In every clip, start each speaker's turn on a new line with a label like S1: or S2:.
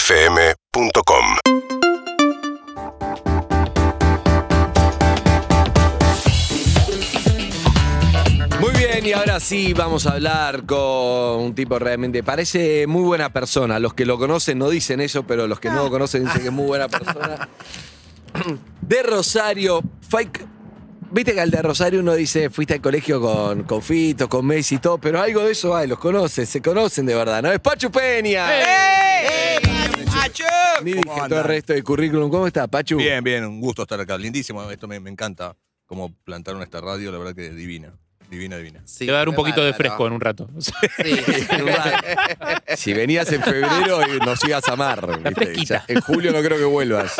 S1: UrbanaPlayFM.com
S2: Muy bien, y ahora sí vamos a hablar con un tipo realmente, parece muy buena persona. Los que lo conocen no dicen eso, pero los que no lo conocen dicen que es muy buena persona. De Rosario, Fike. Viste que al de Rosario uno dice, fuiste al colegio con, con Fito, con Messi y todo, pero algo de eso hay, los conoces, se conocen de verdad, ¿no? Es Pachu Peña. Ni dije
S3: ¿Cómo
S2: todo el
S3: andan?
S2: resto del currículum. ¿Cómo está, Pachu?
S3: Bien, bien, un gusto estar acá. Lindísimo, esto me, me encanta. Cómo plantaron esta radio, la verdad que divina. Divina, divina.
S4: Te va a dar un poquito de fresco en un rato. Sí.
S2: Si venías en febrero y nos ibas a amar. ¿viste?
S4: fresquita.
S2: Ya, en julio no creo que vuelvas.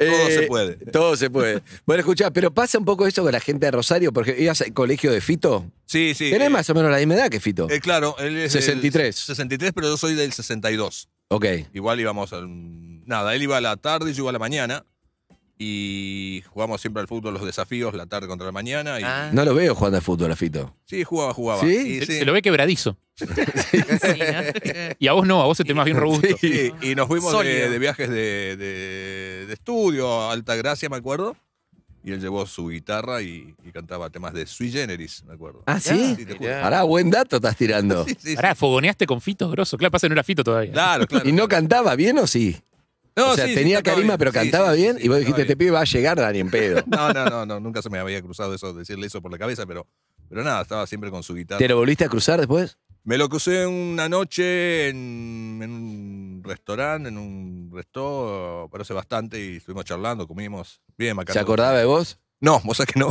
S2: Eh,
S3: Todo se puede.
S2: Todo se puede. Bueno, escuchá, pero pasa un poco eso con la gente de Rosario, porque ibas al colegio de Fito.
S3: Sí, sí.
S2: Tenés
S3: eh,
S2: más o menos la misma edad que Fito.
S3: eh, claro, él es del
S2: 63.
S3: 63, pero yo soy del 62.
S2: ok.
S3: Igual íbamos al. Nada, él iba a la tarde y yo iba a la mañana. Y jugamos siempre al fútbol, los desafíos, la tarde contra la mañana. Y,
S5: Ah.
S2: No lo veo jugando al fútbol a Fito.
S3: Sí, jugaba, jugaba.
S2: ¿Sí?
S3: Y,
S4: Se, se lo ve quebradizo. Y a vos no, a vos se te más bien robusto.
S3: Sí, y nos fuimos de,
S5: Sólido.
S3: de viajes de, de- de estudio a Altagracia, me acuerdo. Y él llevó su guitarra y, y cantaba temas de Sui Generis, me acuerdo.
S2: Ah, ¿sí?
S3: te
S5: Mirá.
S3: juro.
S2: Pará, buen dato estás tirando.
S3: Sí, sí, sí.
S4: Pará, fogoneaste con Fito grosso. Claro, pasa, no era Fito todavía.
S3: Claro, claro.
S2: ¿Y no cantaba bien o sí?
S3: No,
S2: o sea,
S3: sí, sí,
S2: tenía
S3: cantaba
S2: carisma,
S3: bien.
S2: pero
S3: Sí,
S2: cantaba
S3: sí, sí,
S2: bien.
S3: sí,
S2: y vos dijiste,
S3: cantaba
S2: este
S3: bien.
S2: pibe va a llegar a ni en pedo.
S3: No, no, no, no, nunca se me había cruzado eso, decirle eso por la cabeza, pero, pero nada, estaba siempre con su guitarra.
S2: ¿Te lo volviste a cruzar después?
S3: Me lo crucé una noche en, en un restaurante, en un resto, parece bastante, y estuvimos charlando, comimos. Bien,
S2: ¿Se
S3: Macarena.
S2: acordaba de vos?
S3: No, vos sabés que no.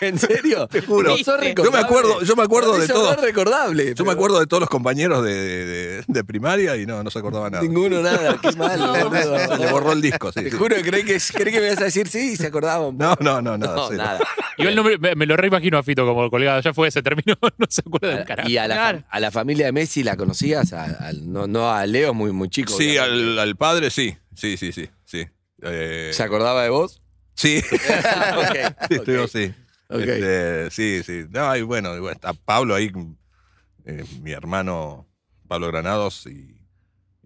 S2: ¿En serio? Te
S3: juro. Yo me acuerdo, yo me acuerdo de todo.
S2: recordable.
S3: Yo me acuerdo de todos los compañeros de, de- de- de primaria y no, no se acordaba nada.
S2: Ninguno, nada, qué mal.
S3: Se le borró el disco, sí.
S2: Te
S3: sí.
S2: juro, creí que, creí que me ibas a decir sí y se acordaba un
S3: No,
S2: poco.
S3: no, no, nada. sí, no.
S2: nada.
S4: Igual no me, me- me lo reimagino a Fito como colgado. Ya fue, se terminó, no se acuerda del carajo.
S2: Y a la,
S5: Claro.
S2: a la familia de Messi la conocías, A- al- no, no a Leo, muy, muy chico.
S3: Sí,
S2: obviamente.
S3: al, al padre sí. Sí, sí, sí. Sí. Eh,
S2: ¿Se acordaba de vos?
S3: sí.
S2: ok.
S3: Sí, estuvimos, sí.
S2: ok.
S3: Este, sí, sí. No, y bueno, y bueno, está Pablo ahí, eh, mi hermano Pablo Granados y,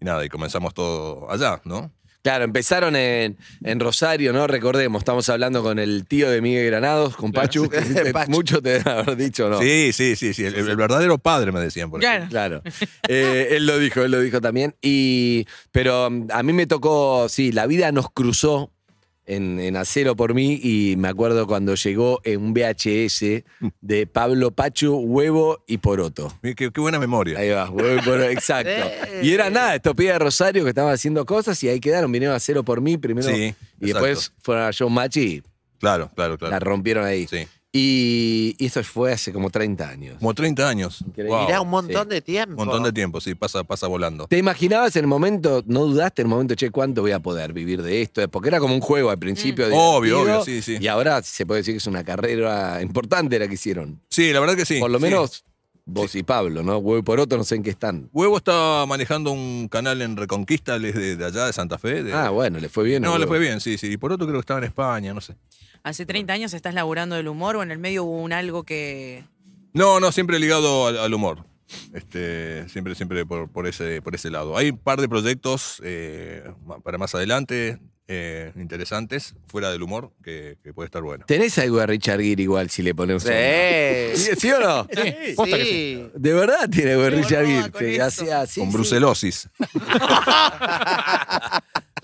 S3: y nada, y comenzamos todo allá, ¿no?
S2: Claro, empezaron en, en Rosario, ¿no? Recordemos, estamos hablando con el tío de Miguel Granados, con Pachu. que te- Mucho te deben haber dicho, ¿no?
S3: Sí, sí, sí, sí. El, el verdadero padre me decían por
S5: Claro.
S3: aquí.
S2: Claro. Eh, él lo dijo, él lo dijo también. Y, pero mm, a mí me tocó, sí, la vida nos cruzó en, en acero por mí y me acuerdo cuando llegó en un VHS de Pablo Pachu, huevo y poroto.
S3: Mira, Qué, qué buena memoria.
S2: Ahí vas, huevo y poroto, exacto. Y era nada, estos pibes de Rosario que estaban haciendo cosas y ahí quedaron, vinieron a acero por mí primero. y
S3: Sí,
S2: después fueron a John Machi y
S3: Claro, claro,
S2: la
S3: claro.
S2: rompieron ahí.
S3: Sí.
S2: Y, y eso fue hace como 30 años.
S3: Como 30 años.
S2: Increíble.
S3: Wow.
S5: Mirá, un montón de tiempo.
S3: Un montón de tiempo, sí, pasa, pasa volando.
S2: ¿Te imaginabas en el momento, no dudaste en el momento, che, cuánto voy a poder vivir de esto? Porque era como un juego al principio.
S3: Mm. Obvio,
S2: divertido,
S3: obvio, sí, sí.
S2: Y ahora se puede decir que es una carrera importante la que hicieron.
S3: Sí, la verdad que sí.
S2: por lo
S3: sí.
S2: menos vos y Pablo, ¿no? Huevo y por otro, no sé en qué están.
S3: Huevo está manejando un canal en Reconquista, él es de, de allá, de Santa Fe. de-
S2: Ah, bueno, le fue bien.
S3: no,
S2: a
S3: le
S2: Huevo.
S3: fue bien, sí, sí. Y por otro creo que estaba en España, no sé.
S6: Hace 30 años estás laburando del humor o en el medio hubo un algo que...
S3: No, no, siempre ligado al, al humor. Este, siempre, siempre por, por ese, por ese lado. Hay un par de proyectos eh, ma- para más adelante, eh, interesantes, fuera del humor, que, que puede estar bueno.
S2: Tenés algo de Richard Gere igual si le ponemos.
S5: Sí.
S2: ¿Sí, ¿Sí o no?
S4: Sí, posta que sí.
S5: Sí.
S2: De verdad tiene algo de
S5: Sí,
S2: Richard Gere.
S5: boludo, con
S2: sí,
S5: eso.
S2: así- así,
S3: Con
S2: sí.
S3: brucelosis.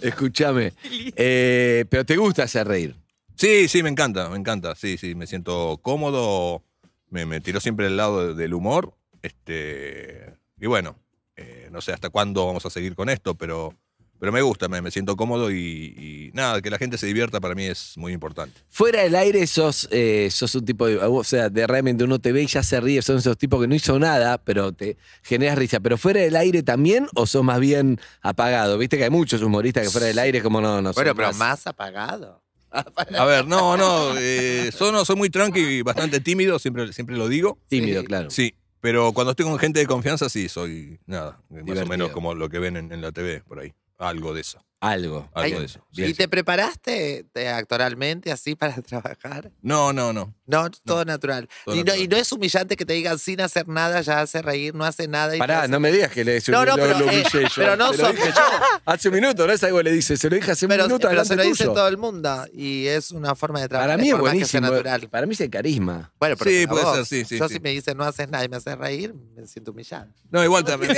S2: Escúchame. Eh, pero te gusta hacer reír.
S3: Sí, sí, me encanta, me encanta. Sí, sí, me siento cómodo. Me, me tiró siempre el lado de- del humor. Este, y bueno, eh, no sé hasta cuándo vamos a seguir con esto, pero, pero me gusta, me, me siento cómodo y, y nada, que la gente se divierta para mí es muy importante.
S2: Fuera del aire sos, eh, sos un tipo de. O sea, de realmente uno te ve y ya se ríe. Son esos tipos que no hizo nada, pero te generas risa. Pero fuera del aire también, o sos más bien apagado. Viste que hay muchos humoristas que fuera del aire, como no, no
S5: Bueno,
S2: son
S5: pero más apagado.
S3: A ver, no, no, eh, yo no soy muy tranqui y bastante tímido, siempre, siempre lo digo.
S2: tímido, claro.
S3: Sí, pero cuando estoy con gente de confianza, sí, soy nada, más
S2: Divertido.
S3: o menos como lo que ven en, en la TV por ahí. Algo de eso.
S2: Algo.
S3: Algo
S2: Bien,
S3: de eso.
S2: bien.
S5: ¿Y te preparaste eh, actoralmente así para trabajar?
S3: No, no, no.
S5: No, todo natural.
S3: todo
S5: y, no,
S3: natural.
S5: y no es humillante que te digan sin hacer nada, ya hace reír, no hace nada. Y te
S2: Pará,
S5: hace-
S2: no me digas que le
S5: No, no,
S2: lo-
S5: pero,
S2: lo
S5: eh,
S2: humillé yo.
S5: pero no
S2: Te lo
S5: sos-
S2: dije yo. Hace un minuto, ¿no es algo que le dice? Se lo dije hace un
S5: pero,
S2: minuto
S5: pero se lo
S2: delante
S5: dice
S2: tuyo.
S5: todo el mundo y es una forma de trabajar.
S2: Para mí es
S5: por más que sea
S2: buenísimo.
S5: natural.
S2: Para mí es el carisma.
S5: Bueno, pero
S3: Sí,
S5: para
S3: puede
S5: vos,
S3: ser, sí, sí,
S5: Yo
S3: sí.
S5: si me dicen no haces nada y me haces reír, me siento humillado.
S3: No, igual también.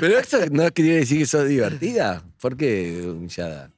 S2: Pero eso no quería decir que sos divertida. ¿Por qué humillada?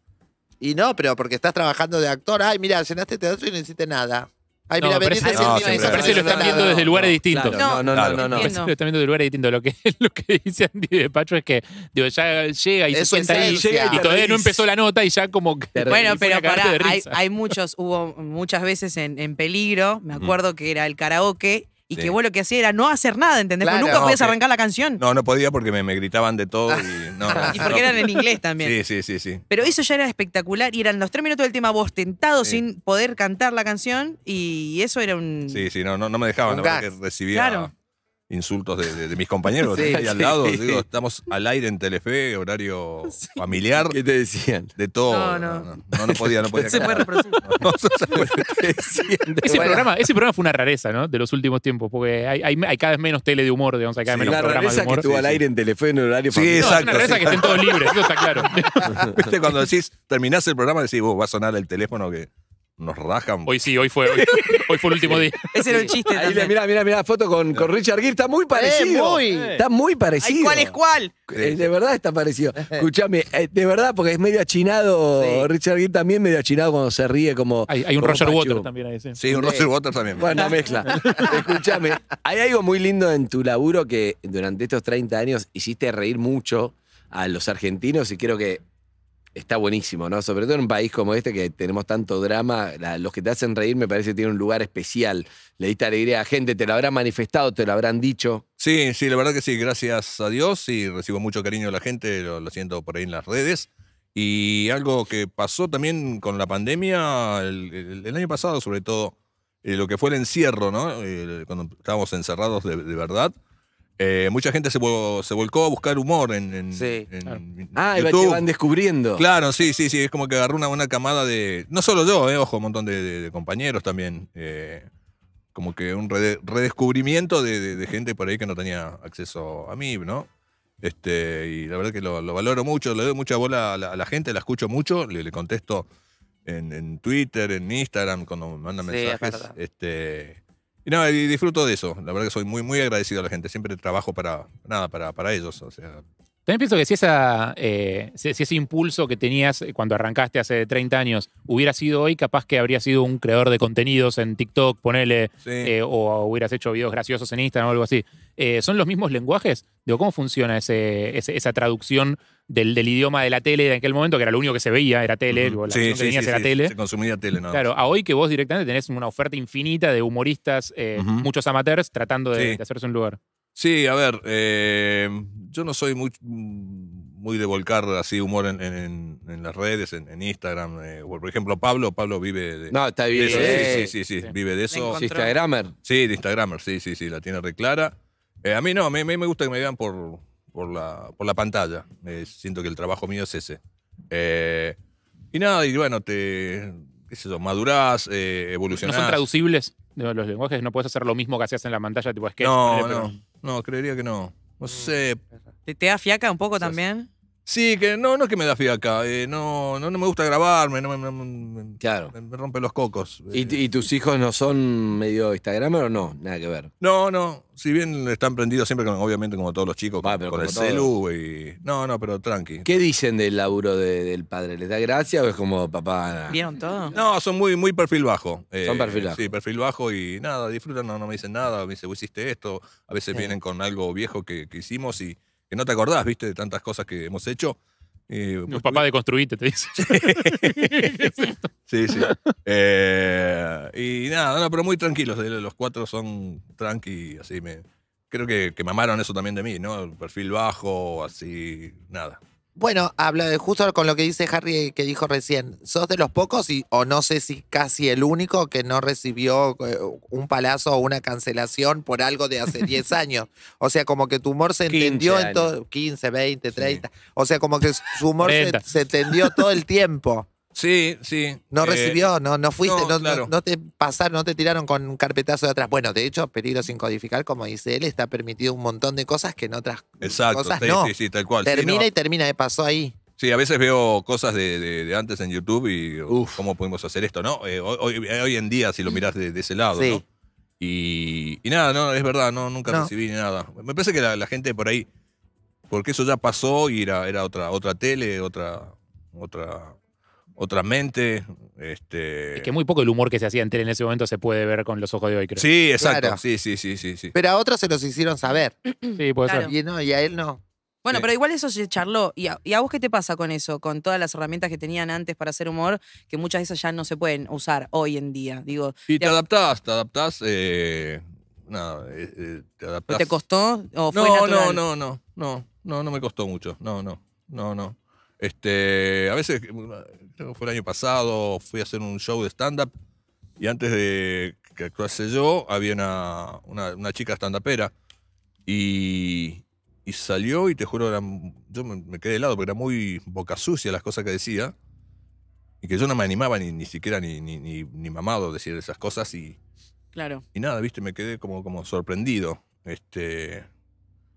S5: Y no, pero porque estás trabajando de actor. Ay, mira, llenaste teatro y no hiciste nada. Ay,
S4: No,
S5: mira,
S4: me parece,
S5: veniste
S6: no,
S5: a
S6: siempre-
S4: me parece que lo están viendo desde lugares distintos.
S2: Claro, No, no,
S3: Claro.
S2: no, no. no.
S4: Me
S6: Entiendo.
S4: parece que lo están viendo de lugares distintos. Lo que, lo que dice Andy de Pacho es que digo, ya llega y se
S5: Es su
S4: sienta ahí.
S5: esencia. Llega y
S4: Y
S5: te
S4: todavía no
S2: reís.
S4: empezó la nota y ya como que.
S2: Te reís.
S4: y
S6: Bueno,
S4: pone
S6: pero
S4: a cagarte
S6: pará,
S4: de
S6: hay,
S4: risa.
S6: hay muchos, hubo muchas veces en, en peligro. Me
S3: Ujú.
S6: acuerdo que era el karaoke y
S3: Sí.
S6: que vos lo que hacías era no hacer nada, ¿entendés? Porque
S5: Claro.
S6: nunca
S3: No,
S6: podías
S3: que-
S6: arrancar la canción.
S3: No, no podía porque me, me gritaban de todo y no. no,
S6: Y
S3: no.
S6: porque eran en inglés también.
S3: Sí, sí, sí, sí.
S6: Pero eso ya era espectacular y eran los tres minutos del tema vos tentado
S3: Sí.
S6: sin poder cantar la canción y eso era un...
S3: Sí, sí, no, no, no me dejaban,
S5: Un
S3: la verdad
S5: gag.
S3: que recibía
S6: Claro.
S3: insultos de, de- de mis compañeros
S5: Sí,
S3: que tenía ahí al
S2: sí.
S3: lado. Digo, estamos al aire en Telefe, horario familiar,
S2: ¿Qué te decían?
S3: de todo.
S6: No, no.
S3: no, no, no podía, no podía.
S6: Se puede
S3: cantar.
S6: reproducir.
S3: No, no se puede.
S4: Ese,
S5: Bueno.
S4: programa, ese programa fue una rareza, ¿no? De los últimos tiempos, porque hay, hay- hay cada vez menos tele de humor, digamos, hay cada
S3: Sí,
S4: vez menos
S2: La
S4: programas de
S2: rareza que
S4: humor.
S2: estuvo al aire en Telefe en horario
S3: Sí,
S4: No,
S2: familiar.
S4: es
S3: Exacto,
S4: una rareza
S3: sí.
S4: que estén todos libres, eso está claro.
S3: Viste, cuando decís, terminás el programa, decís, vos, va a sonar el teléfono que nos rajan.
S4: Hoy sí, hoy fue, hoy, hoy fue el último día.
S6: Ese era un chiste
S2: Ahí le,
S6: también.
S2: mirá, mirá, mirá, foto con, con Richard Gere. Está muy parecido.
S5: Eh, muy.
S4: Eh.
S2: Está muy
S6: Ay,
S2: parecido.
S6: ¿Cuál es cuál?
S2: Eh, de verdad está parecido. Escuchame, eh, de verdad, porque es medio achinado.
S5: Sí.
S2: Richard Gere también medio achinado cuando se ríe como.
S4: Hay, hay un
S2: como
S4: Roger
S2: Pachu.
S4: Waters también ahí, sí.
S3: Sí, un
S6: eh,
S3: Roger Waters también.
S2: Bueno, mezcla. Escúchame, hay algo muy lindo en tu laburo que durante estos 30 años hiciste reír mucho a los argentinos y creo que está buenísimo, ¿no? Sobre todo en un país como este que tenemos tanto drama, la- los que te hacen reír me parece que tienen un lugar especial. Le diste alegría a la gente, te lo habrán manifestado, te lo habrán dicho.
S3: Sí, sí, la verdad que sí, gracias a Dios y recibo mucho cariño de la gente, lo, lo siento por ahí en las redes. Y algo que pasó también con la pandemia, el, el- el año pasado sobre todo, eh, lo que fue el encierro, ¿no? Eh, cuando estábamos encerrados de, de verdad, eh, mucha gente se, vo- se volcó a buscar humor en, en-
S5: Sí,
S3: en
S4: claro.
S2: Ah, y te
S3: YouTube.
S2: van descubriendo.
S3: Claro, sí, sí, sí. Es como que agarró una, una camada de. No solo yo, eh, ojo, un montón de, de- de compañeros también. eh, como que un rede- redescubrimiento de, de- de gente por ahí que no tenía acceso a mí, ¿no? Este, y la verdad que lo, lo valoro mucho, le doy mucha bola a la, a la gente, la escucho mucho, le, le contesto en, en Twitter, en Instagram, cuando me mandan
S5: Sí, es
S3: mensajes.
S5: verdad.
S3: este, y nada, y disfruto de eso. La verdad que soy muy, muy agradecido a la gente. Siempre trabajo para nada, para, para ellos. O sea,
S4: También pienso que si, esa, eh, si, si ese impulso que tenías eh, cuando arrancaste hace 30 años hubiera sido hoy, capaz que habría sido un creador de contenidos en TikTok, ponele,
S3: sí.
S4: eh, o hubieras hecho videos graciosos en Instagram o algo así. Eh, ¿Son los mismos lenguajes? Digo, ¿cómo funciona ese, ese- esa traducción del, del idioma de la tele de aquel momento, que era lo único que se veía, era tele,
S3: Ujú.
S4: o la opción que tenías era tele?
S3: Se consumía tele, ¿no?
S4: Claro, a hoy que vos directamente tenés una oferta infinita de humoristas, eh,
S3: Ujú.
S4: muchos amateurs, tratando de,
S3: Sí.
S4: de hacerse un lugar.
S3: Sí, a ver, eh, yo no soy muy, muy de volcar así humor en, en- en las redes, en, en Instagram. eh, o por ejemplo, Pablo, Pablo vive de,
S2: No, está
S3: de
S2: bien.
S3: eso.
S2: Eh,
S3: Sí, sí, sí, sí,
S4: Sí.
S3: vive de
S6: Me
S3: eso.
S6: encontró.
S2: sí, Instagramer.
S3: Sí, de Instagramer, sí, sí, sí, la tiene reclara. Eh, a mí no, a mí, a mí me gusta que me vean por, por, la, por la pantalla. Eh, siento que el trabajo mío es ese. Eh, y nada, y bueno, te, qué sé yo, madurás, eh,
S4: ¿No
S3: evolucionás.
S4: son traducibles digo, los lenguajes? ¿No puedes hacer lo mismo que hacías en la pantalla tipo sketch?
S3: No,
S4: ponele, pero-
S3: no, no, creería que no. No
S2: Mm.
S3: sé.
S6: ¿Te, te da fiaca un poco también?
S3: Sí, que no, no es que me da fiaca. eh, no, no, no me gusta grabarme, no me, no me-
S2: Claro.
S3: me- me rompe los cocos. eh.
S2: ¿Y, y tus hijos no son medio Instagramer o no? Nada que ver.
S3: No, no. Si bien están prendidos siempre, con, obviamente, como todos los chicos,
S2: Ah,
S3: con,
S2: pero
S3: con el
S2: como
S3: celu y. No, no, pero tranqui.
S2: ¿Qué dicen del laburo de- del padre? ¿Les da gracia o es como papá? nah?
S6: ¿Vieron todo?
S3: No, son muy, muy perfil bajo. eh,
S2: Son perfil bajo.
S3: Sí, perfil bajo y nada, disfrutan, no, no me dicen nada, me dicen, vos hiciste esto. A veces vienen con algo viejo que, que hicimos y que no te acordás, viste, de tantas cosas que hemos hecho. Y,
S4: Un
S3: pues,
S4: papá de construirte, te dice.
S3: Sí, sí. Eh, y nada, no, pero muy tranquilos. eh, Los cuatro son tranqui, así me. Creo que, que mamaron eso también de mí, ¿no? El perfil bajo, así, nada.
S5: Bueno, habla de- justo con lo que dice Harry eh, que dijo recién. Sos de los pocos y o no sé si casi el único que no recibió eh, un palazo o una cancelación por algo de hace 10 años. O sea, como que tu humor se
S2: 15
S5: entendió en
S2: años.
S5: todo 15, 20, 30. O sea, como que su humor se,
S4: 40.
S5: se entendió todo el tiempo.
S3: Sí, sí.
S5: No
S3: eh,
S5: recibió, no, no fuiste,
S3: no,
S5: no, no-
S3: claro.
S5: no te pasaron, no te tiraron con un carpetazo de atrás. Bueno, de hecho, peligro sin codificar, como dice él, está permitido un montón de cosas que en otras
S3: Exacto,
S5: cosas
S3: sí,
S5: no.
S3: sí, sí, tal cual. Sí,
S5: Termina
S3: no.
S5: y termina, eh, pasó ahí.
S3: Sí, a veces veo cosas de, de- de antes en YouTube y digo, cómo pudimos hacer esto, ¿no? Eh, hoy, hoy- hoy en día, si lo mirás de, de ese lado,
S5: Mm. Sí.
S3: ¿no? Y, y nada, no, es verdad, no, nunca
S5: No.
S3: recibí ni nada. Me parece que la, la gente por ahí, porque eso ya pasó y era, era otra, otra tele, otra, otra, otra mente. Este...
S4: Es que muy poco el humor que se hacía en tele en ese momento se puede ver con los ojos de hoy, creo.
S3: Sí, exacto.
S5: Claro.
S3: Sí, sí, sí, sí, sí.
S5: Pero a otros se los hicieron saber.
S4: Sí, puede
S6: Claro.
S4: ser.
S5: Y, no, y a él no.
S6: Bueno,
S3: Sí.
S6: pero igual eso se charló. ¿Y a, y a vos qué te pasa con eso? Con todas las herramientas que tenían antes para hacer humor, que muchas de esas ya no se pueden usar hoy en día. Digo,
S3: Y te
S6: Ya.
S3: adaptás, te adaptás. eh, nada, eh, eh, te adaptás.
S6: ¿te costó o fue
S3: no,
S6: natural?
S3: no, no, no, no, no, no me costó mucho. No, no, no, no. Este, a veces, creo que fue el año pasado, fui a hacer un show de stand-up y antes de que actuase yo, había una, una, una chica stand-upera y, y salió y te juro, era- yo me, me quedé helado porque era muy boca sucia las cosas que decía y que yo no me animaba ni, ni siquiera ni, ni, ni, ni mamado a decir esas cosas y,
S6: Claro.
S3: y nada, viste, me quedé como, como sorprendido. Este,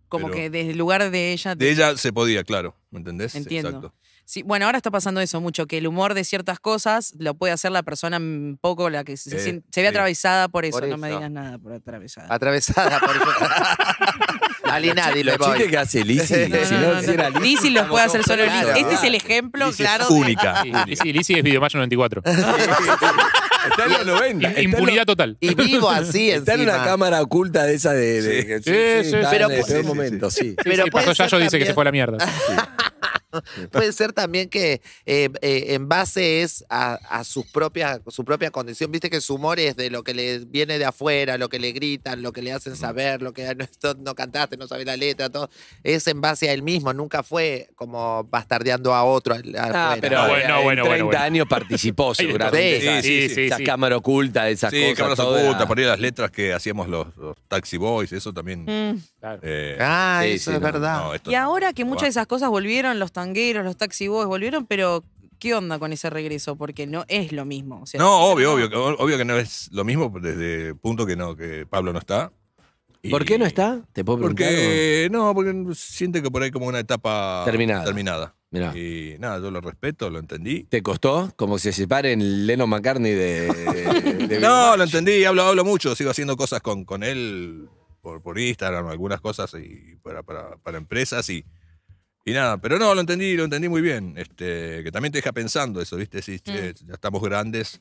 S6: Como
S3: Pero-
S6: que desde el lugar de ella. te-
S3: de ella se podía, claro, ¿me entendés?
S6: Entiendo.
S3: Exacto.
S6: Sí, bueno, ahora está pasando eso mucho, que el humor de ciertas cosas lo puede hacer la persona un poco la que se,
S3: Eh,
S6: sien- se
S3: sí.
S6: ve atravesada por eso.
S5: Por
S6: No me
S5: eso.
S6: digas nada por atravesada.
S5: Atravesada por Dale, nadie
S2: Los
S5: le voy.
S2: chistes que hace Lizzy,
S5: No,
S2: si
S5: no,
S2: no,
S5: no,
S2: si
S5: no.
S2: era Lizzy,
S6: Lizzy los puede hacer solo
S5: Claro,
S6: Lizzy. Este es el
S5: claro.
S6: ejemplo,
S3: Lizzy es
S6: claro. de-
S3: única.
S4: Sí,
S3: única.
S4: sí, Lizzy es Videomayo 94.
S2: está en los 90. está en los-
S4: Impunidad total.
S5: Y vivo así
S2: Está en una
S5: encima.
S2: cámara oculta de esa de. de-
S3: Sí.
S2: que-
S4: Sí, sí,
S2: está
S4: pero
S2: en el
S5: pu-
S2: peor
S5: sí, sí,
S2: momento, sí.
S4: Sí,
S5: Pero
S4: sí,
S5: puede
S4: pasó
S5: ser
S4: Yayo dice que se
S5: también- Ah.
S4: fue a la mierda.
S5: Puede ser también que eh, eh, en base es a, a sus propia, su propia condición. Viste que su humor es de lo que le viene de afuera, lo que le gritan, lo que le hacen saber, lo que no, esto no cantaste, no sabes la letra, todo. Es en base a él mismo, nunca fue como bastardeando a otro. al- afuera.
S4: Ah, pero bueno,
S2: en 30
S4: bueno, bueno, bueno.
S2: años participó seguramente.
S5: Sí,
S2: esa-
S4: sí, sí, sí,
S2: Esa
S4: sí.
S2: cámara oculta de esas
S3: Sí,
S2: cosas.
S3: cámaras
S2: toda-
S3: ocultas, por ahí las letras que hacíamos los, los taxi boys, eso también.
S6: Mm.
S4: Claro.
S3: eh,
S5: Ah,
S2: Sí,
S5: eso
S2: sí,
S5: es
S2: no,
S5: verdad.
S3: no, esto
S6: Y
S3: no.
S6: ahora que muchas de
S3: va.
S6: esas cosas volvieron, los tangueros, los taxi boys volvieron, pero ¿qué onda con ese regreso? Porque no es lo mismo. o sea,
S3: No, obvio, obvio, que- obvio que no es lo mismo desde el punto que no, que Pablo no está. Y-
S2: ¿Por qué no está? ¿Te puedo preguntar?
S3: Porque no, porque siente que por ahí como una etapa
S2: Terminada.
S3: terminada.
S2: Mirá.
S3: Y nada, yo lo respeto, lo entendí.
S2: ¿Te costó? Como si se separen Leno McCartney de. de- de
S3: No,
S2: Bill
S3: lo
S2: Walsh.
S3: entendí, hablo, hablo mucho, sigo haciendo cosas con, con él por, por Instagram, algunas cosas y para, para, para empresas y, y nada, pero no, lo entendí, lo entendí muy bien, este, que también te deja pensando eso, ¿viste? Si, che, ya estamos grandes,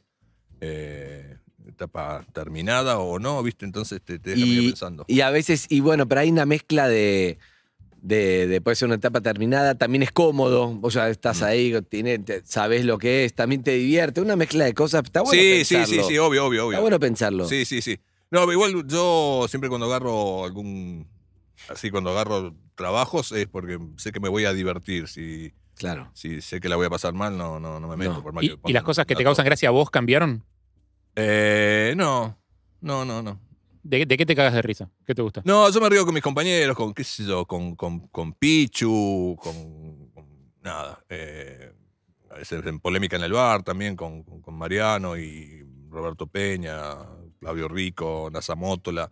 S3: eh, etapa terminada o no, ¿viste? Entonces te, te deja medio
S2: Y,
S3: pensando.
S2: y a veces, y bueno, pero hay una mezcla de. De, de puede ser una etapa terminada, también es cómodo, vos ya
S3: Mm.
S2: estás ahí, tiene- te- sabés lo que es, también te divierte, una mezcla de cosas, está bueno
S3: sí, sí,
S2: pensarlo.
S3: sí, sí, obvio, obvio, obvio.
S2: Está bueno pensarlo.
S3: Sí, sí, sí. No, pero igual yo siempre cuando agarro algún, así cuando agarro trabajos es porque sé que me voy a divertir, si...
S2: Claro.
S3: si sé que la voy a pasar mal, no, no, no me meto.
S2: No.
S3: Por más
S4: ¿Y, y
S3: pongan
S4: las cosas que te
S3: datos.
S4: causan gracia a vos cambiaron?
S3: Eh, no, no, no, no.
S4: ¿De, qué- de qué te cagas de risa? ¿Qué te gusta?
S3: No, yo me río con mis compañeros, con qué sé yo, con, con, con Pichu, con, con nada. eh, a veces en polémica en el bar también, con, con- con Mariano y Roberto Peña, Claudio Rico, Nazamotola.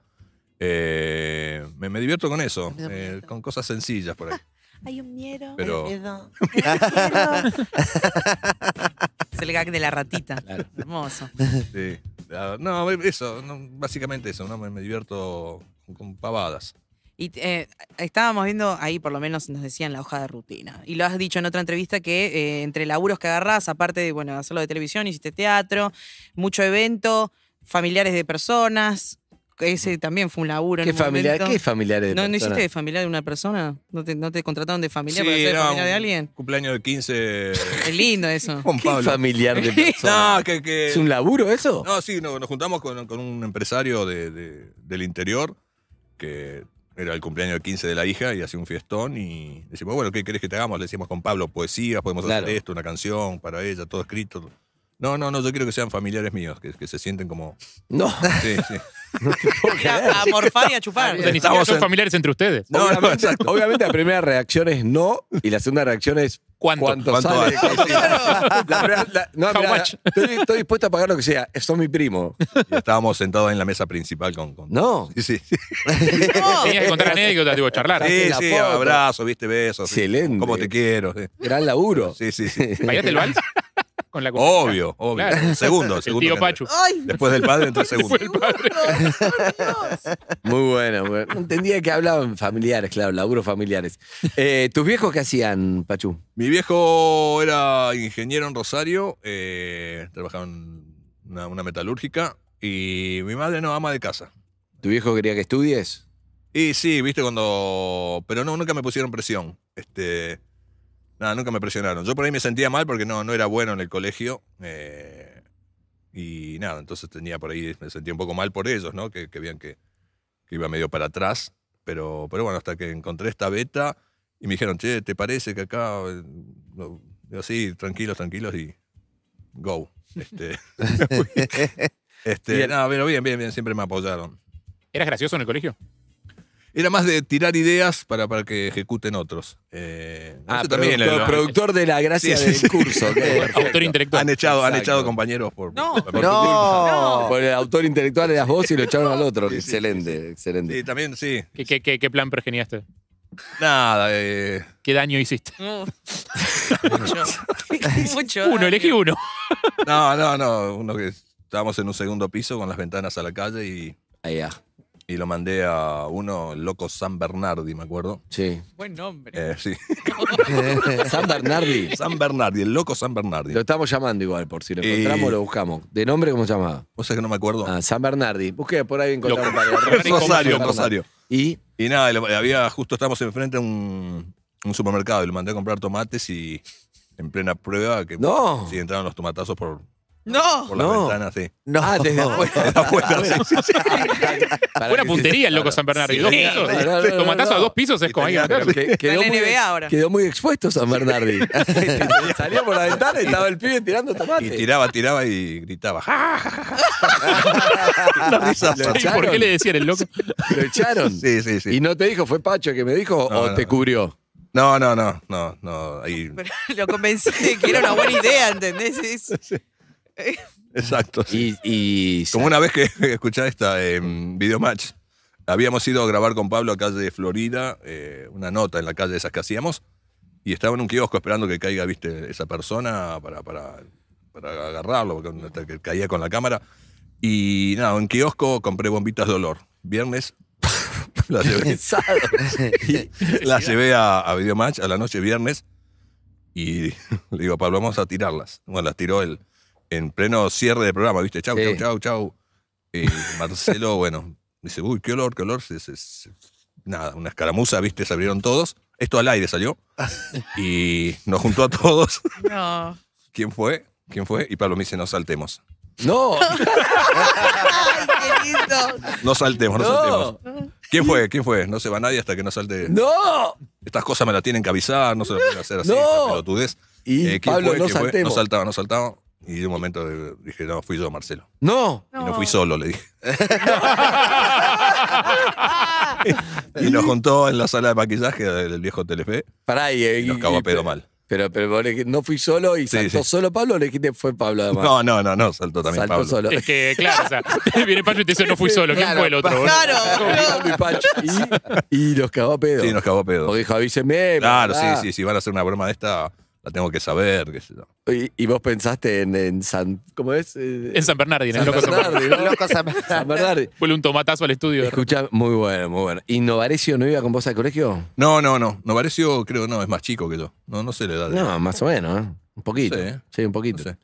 S3: Eh, me, me divierto con eso, eh, con cosas sencillas por ahí.
S7: Hay un miedo.
S3: Pero,
S6: Es el gag de la ratita. Hermoso.
S3: sí, ah, no, eso, no, básicamente eso, ¿no? me, me divierto con- con pavadas.
S6: Y eh, estábamos viendo ahí, por lo menos nos decían la hoja de rutina. Y lo has dicho en otra entrevista que eh, entre laburos que agarrás, aparte de bueno, hacerlo de televisión, hiciste teatro, mucho evento, familiares de personas. Ese también fue un laburo. en
S2: Mm. ¿Qué,
S6: un
S2: familiar,
S6: momento.
S2: ¿Qué familiares de
S6: ¿No, ¿No
S2: personas?
S6: hiciste de familiar de una persona? ¿No te, no te contrataron de familiar
S3: Sí,
S6: para ser
S3: no,
S6: familiar de
S3: un
S6: alguien?
S3: Cumpleaños de 15
S6: Es lindo eso.
S3: con
S2: ¿Qué
S3: Pablo.
S2: familiar de personas?
S3: No, que, que-
S2: ¿Es un laburo eso?
S3: no, sí, no, nos juntamos con, con un empresario de- de- del interior que Era el cumpleaños del 15 de la hija y hacía un fiestón y decimos, bueno, ¿qué querés que te hagamos? Le decimos con Pablo poesía, podemos
S2: Claro.
S3: hacer esto, una canción para ella, todo escrito. No, no, no, yo quiero que sean familiares míos, que, que se sienten como...
S2: No,
S3: Sí, sí.
S2: no te puedo
S6: Ir
S2: creer.
S6: A, a morfar y a chupar.
S4: O sea, ni
S3: Estamos
S4: siquiera son
S3: en-
S4: familiares entre ustedes.
S3: No, no,
S2: obviamente,
S3: exacto.
S2: obviamente la primera reacción es no y la segunda reacción es
S4: ¿Cuánto?
S2: ¿Cuánto,
S3: ¿Cuánto
S2: sale?
S3: vale?
S2: Sí. La primera- la- no,
S4: How
S2: mirá,
S4: much?
S2: estoy, estoy dispuesto a pagar lo que sea. Esto es mi primo.
S3: Y estábamos sentados en la mesa principal con... con-
S2: No.
S3: Sí, sí. sí,
S6: No,
S4: Tenías que contar anécdotas, tipo, charlar.
S2: Sí. Hace la
S3: sí,
S2: foto.
S3: abrazo, viste, besos. sí.
S2: Excelente.
S3: Cómo te quiero. sí.
S2: Gran laburo.
S3: Sí, sí, sí.
S4: ¿Bailaste el vals? Con la cumbia.
S3: Obvio, obvio.
S4: Claro.
S3: Segundo,
S4: El
S3: segundo.
S4: tío
S3: que-
S4: Pachu.
S6: Ay,
S3: Después del padre, entonces segundo.
S4: Fue el padre.
S2: Muy bueno. muy bueno. No entendía que hablaban familiares, claro, laburos familiares. Eh, ¿Tus viejos qué hacían, Pachu?
S3: Mi viejo era ingeniero en Rosario, eh, trabajaba en una, una metalúrgica y mi madre no, ama de casa.
S2: ¿Tu viejo quería que estudies?
S3: Y sí, viste, cuando... Pero no, nunca me pusieron presión. Este, nada, nunca me presionaron. Yo por ahí me sentía mal porque no, no era bueno en el colegio. eh, y nada, entonces tenía por ahí, me sentía un poco mal por ellos, ¿no? Que, que veían que, que iba medio para atrás. Pero, pero bueno, hasta que encontré esta beta y me dijeron, che, ¿te parece que acá... eh, no?" Digo, sí, tranquilos, tranquilos y go. Este, este,
S2: Bien.
S3: nada, pero bien, bien, bien, siempre me apoyaron.
S4: ¿Eras gracioso en el colegio?
S3: Era más de tirar ideas para, para que ejecuten otros. Eh,
S2: Ah,
S3: eso
S2: productor,
S3: también era-
S2: productor de la gracia
S3: Sí, sí,
S2: del
S3: sí.
S2: curso. ok, perfecto.
S4: Autor intelectual.
S3: han echado, han
S2: Exacto.
S3: echado compañeros por,
S6: No.
S3: por tu culpa.
S5: No.
S2: Por el autor intelectual eras vos y lo echaron al otro. excelente, excelente.
S3: Sí, también, sí.
S4: ¿Qué, qué, qué, qué plan pergeniaste?
S3: Nada, eh,
S4: ¿Qué daño hiciste?
S6: mucho. Mucho.
S4: Uno, elegí uno.
S3: no, no, no. Uno que estábamos en un segundo piso con las ventanas a la calle y,
S2: Ahí va.
S3: y lo mandé a uno, el loco San Bernardi, me acuerdo.
S2: Sí.
S6: Buen nombre.
S3: Eh, sí,
S2: San Bernardi.
S3: San Bernardi, el loco San Bernardi.
S2: Lo estamos llamando igual, por si lo
S3: Eh.
S2: encontramos, lo buscamos. ¿De nombre cómo se llamaba?
S3: O sea que no me acuerdo.
S2: Ah, San Bernardi. Busqué por ahí encontraron
S4: Lo-
S2: varios.
S4: Bernardi, ¿cómo se
S3: Rosario,
S4: llama?
S3: Rosario.
S2: Y
S3: Y nada, le- había, justo estábamos enfrente a un, un supermercado y lo mandé a comprar tomates y en plena prueba que
S2: No.
S3: sí entraron los tomatazos por,
S6: No.
S3: por las
S2: No.
S3: ventanas, sí.
S5: No.
S2: Ah, desde afuera.
S3: afuera, sí, sí, sí.
S2: Para
S4: Buena
S2: que-
S4: puntería el loco
S2: claro.
S4: San Bernardi.
S2: Sí.
S4: Dos
S2: Sí.
S4: pisos.
S2: No, no, no, no,
S4: Tomatazo
S2: no.
S4: a dos pisos es como hay que
S3: Tenía-
S4: matarlo.
S2: Que- quedó,
S6: Está en
S2: muy,
S6: NBA
S2: ex-
S6: ahora.
S2: quedó muy expuesto San Bernardi. Salió por la ventana y estaba el pibe tirando
S3: Y
S2: tomate.
S3: tiraba, tiraba y gritaba. ¡Ah! ¡Ja!
S2: Ah, Lo
S4: Sí, ¿Por qué
S2: echaron.
S4: le decían el loco?
S2: Lo echaron.
S3: Sí, sí, sí.
S2: Y no te dijo, fue Pacho que me dijo
S3: No,
S2: o
S3: no,
S2: te
S3: no.
S2: cubrió.
S3: No, no, no, no, no. Ahí,
S6: Pero lo convencí de que era una buena idea, ¿entendés? Es-
S3: exacto. sí.
S2: Y, y
S3: Como una vez que escuché esta eh, video match, habíamos ido a grabar con Pablo a calle de Florida, eh, una nota en la calle de esas que hacíamos, y estaba en un kiosco esperando que caiga, viste, esa persona para, para, para agarrarlo, porque hasta que caía con la cámara. Y nada, en kiosco compré bombitas de olor. Viernes las llevé,
S2: pensado.
S3: las llevé a, a video match a la noche viernes y le digo, Pablo, vamos a tirarlas. Bueno, las tiró él en pleno cierre del programa, ¿viste? Chau,
S2: Sí.
S3: chau, chau, chau. Y Marcelo, bueno, dice, uy, qué olor, qué olor. Se- se- se- Nada, una escaramuza, ¿viste? Se abrieron todos. Esto al aire salió. Y nos juntó a todos.
S6: No.
S3: ¿Quién fue? ¿Quién fue? Y Pablo me dice, no saltemos.
S2: No,
S6: Ay, qué lindo.
S3: No saltemos,
S2: no,
S3: no, saltemos. ¿Quién fue? ¿Quién fue? No se va nadie hasta que no salte.
S2: no.
S3: Estas cosas me las tienen que avisar, no se las pueden hacer así,
S2: No.
S3: estas pelotudez.
S2: Y
S3: Eh, ¿quién
S2: Pablo,
S3: fue?
S2: no
S3: ¿Quién fue?
S2: saltemos.
S3: No saltaba, no saltaba. Y de un momento eh, dije, no, fui yo, Marcelo.
S2: No.
S3: Y no fui solo, le dije. y nos juntó en la sala de maquillaje del viejo Telefe
S2: Pará, ahí.
S3: y nos cagó a pedo mal.
S2: Pero, pero vos le dijiste, no fui solo y
S3: Sí,
S2: saltó
S3: sí.
S2: solo Pablo o le dijiste fue Pablo además.
S3: No, no, no, no, saltó también
S2: saltó
S3: Pablo.
S2: solo.
S4: Es que, claro, o sea, viene Pacho y te dice, no fui solo. ¿Quién
S5: Claro,
S4: fue el otro?
S6: claro,
S4: boludo?
S2: Y Pacho, y, y los cagó a pedo.
S3: Sí, nos cagó a pedo.
S2: Porque dijo, avíseme.
S3: Claro, sí,
S2: pará.
S3: sí, si van a hacer una broma de esta, la tengo que saber, qué sé yo.
S2: Y, y vos pensaste en, en San. ¿Cómo es? Eh,
S4: En San Bernardino,
S2: San
S4: el loco San Bernardino.
S2: Bernardi, ¿no?
S5: Loco San
S2: San Bernardi.
S4: Fue un tomatazo al estudio.
S2: Escucha, muy bueno, muy bueno. ¿Y Novarecio no iba con vos al colegio?
S3: No, no, no. Novarecio, creo que no, es más chico que yo. No, no sé la edad. de-
S2: No, más o menos, ¿eh? Un poquito.
S3: Sí, ¿eh?
S2: Sí, un
S3: no
S2: poquito.
S3: sé.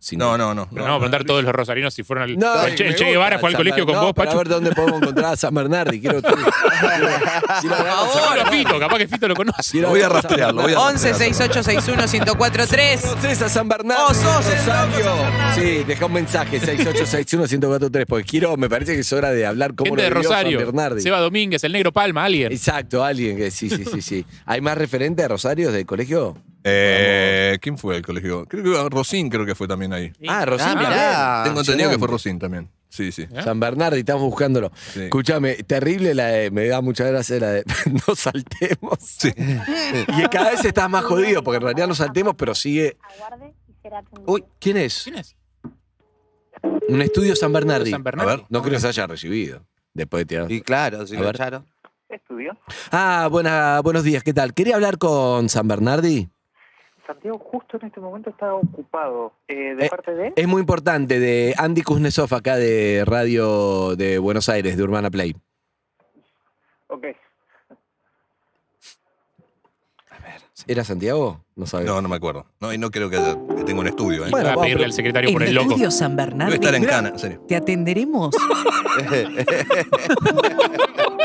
S2: Cinco.
S3: No, no, no.
S4: Pero vamos a preguntar todos los rosarinos si fueron al.
S2: No,
S4: el che,
S2: me
S4: el Che
S2: gusta
S4: Guevara fue al
S2: San
S4: colegio con
S2: Bernardi.
S4: vos,
S2: No, para
S4: Pacho.
S2: ver dónde podemos encontrar a San Bernardi. Quiero tú. Quiero- quiero hablar con San
S4: Sacó la
S2: Bernardi.
S4: Fito, capaz que Fito lo conoce.
S3: Voy a rastrearlo, voy a
S6: 11 6861 1043
S2: Conoces a San Bernardo.
S6: Oh, sos el
S2: Rosario.
S6: loco San Bernardo.
S2: Sí, deja un mensaje, 6861-1043, porque quiero, me parece que es hora de hablar cómo
S4: Gente de
S2: lo vivió San
S4: Rosario,
S2: Bernardi.
S4: Seba Domínguez, el negro Palma, alguien.
S2: Exacto, alguien que sí, sí, sí, sí. ¿Hay más referentes de Rosario del colegio?
S3: Eh, ¿Quién fue el colegio? Creo que Rosín creo que fue también ahí.
S2: Ah, Rosario.
S5: Ah, mirá.
S3: Tengo entendido que fue
S2: excelente.
S3: Rosín también. Sí, sí.
S4: ¿Eh?
S2: San Bernardi, estamos buscándolo.
S3: Sí.
S2: Escúchame, terrible la de, me da mucha gracia la de no saltemos.
S3: Sí.
S2: Y cada vez estás más jodido, porque en realidad no saltemos, pero sigue.
S7: Aguarde y será atendido.
S2: Uy, ¿quién es?
S4: ¿Quién es?
S2: Un estudio San Bernardi.
S4: San Bernardi.
S3: A ver.
S2: No creo que se haya recibido. Después de tirar.
S5: Y claro, si
S2: A
S5: lo
S2: ver.
S5: echaron.
S8: ¿Qué estudió?
S2: Ah, buena, buenos días, ¿qué tal? Quería hablar con San Bernardi.
S8: Santiago justo en este momento está ocupado. Eh, ¿De
S2: Eh,
S8: parte de?
S2: Es muy importante, de Andy Kuznetsov, acá de Radio de Buenos Aires, de Urbana Play.
S8: Ok.
S2: ¿Era Santiago? No sabes.
S3: No, no me acuerdo. No, y no creo que, haya- que tenga un estudio. ¿eh?
S4: Voy
S2: Bueno,
S4: a
S2: vamos,
S4: pedirle
S2: pero-
S4: al secretario por el loco.
S6: estudio San
S3: Debe estar
S6: Bernardi.
S3: en Cana, en serio.
S6: Te atenderemos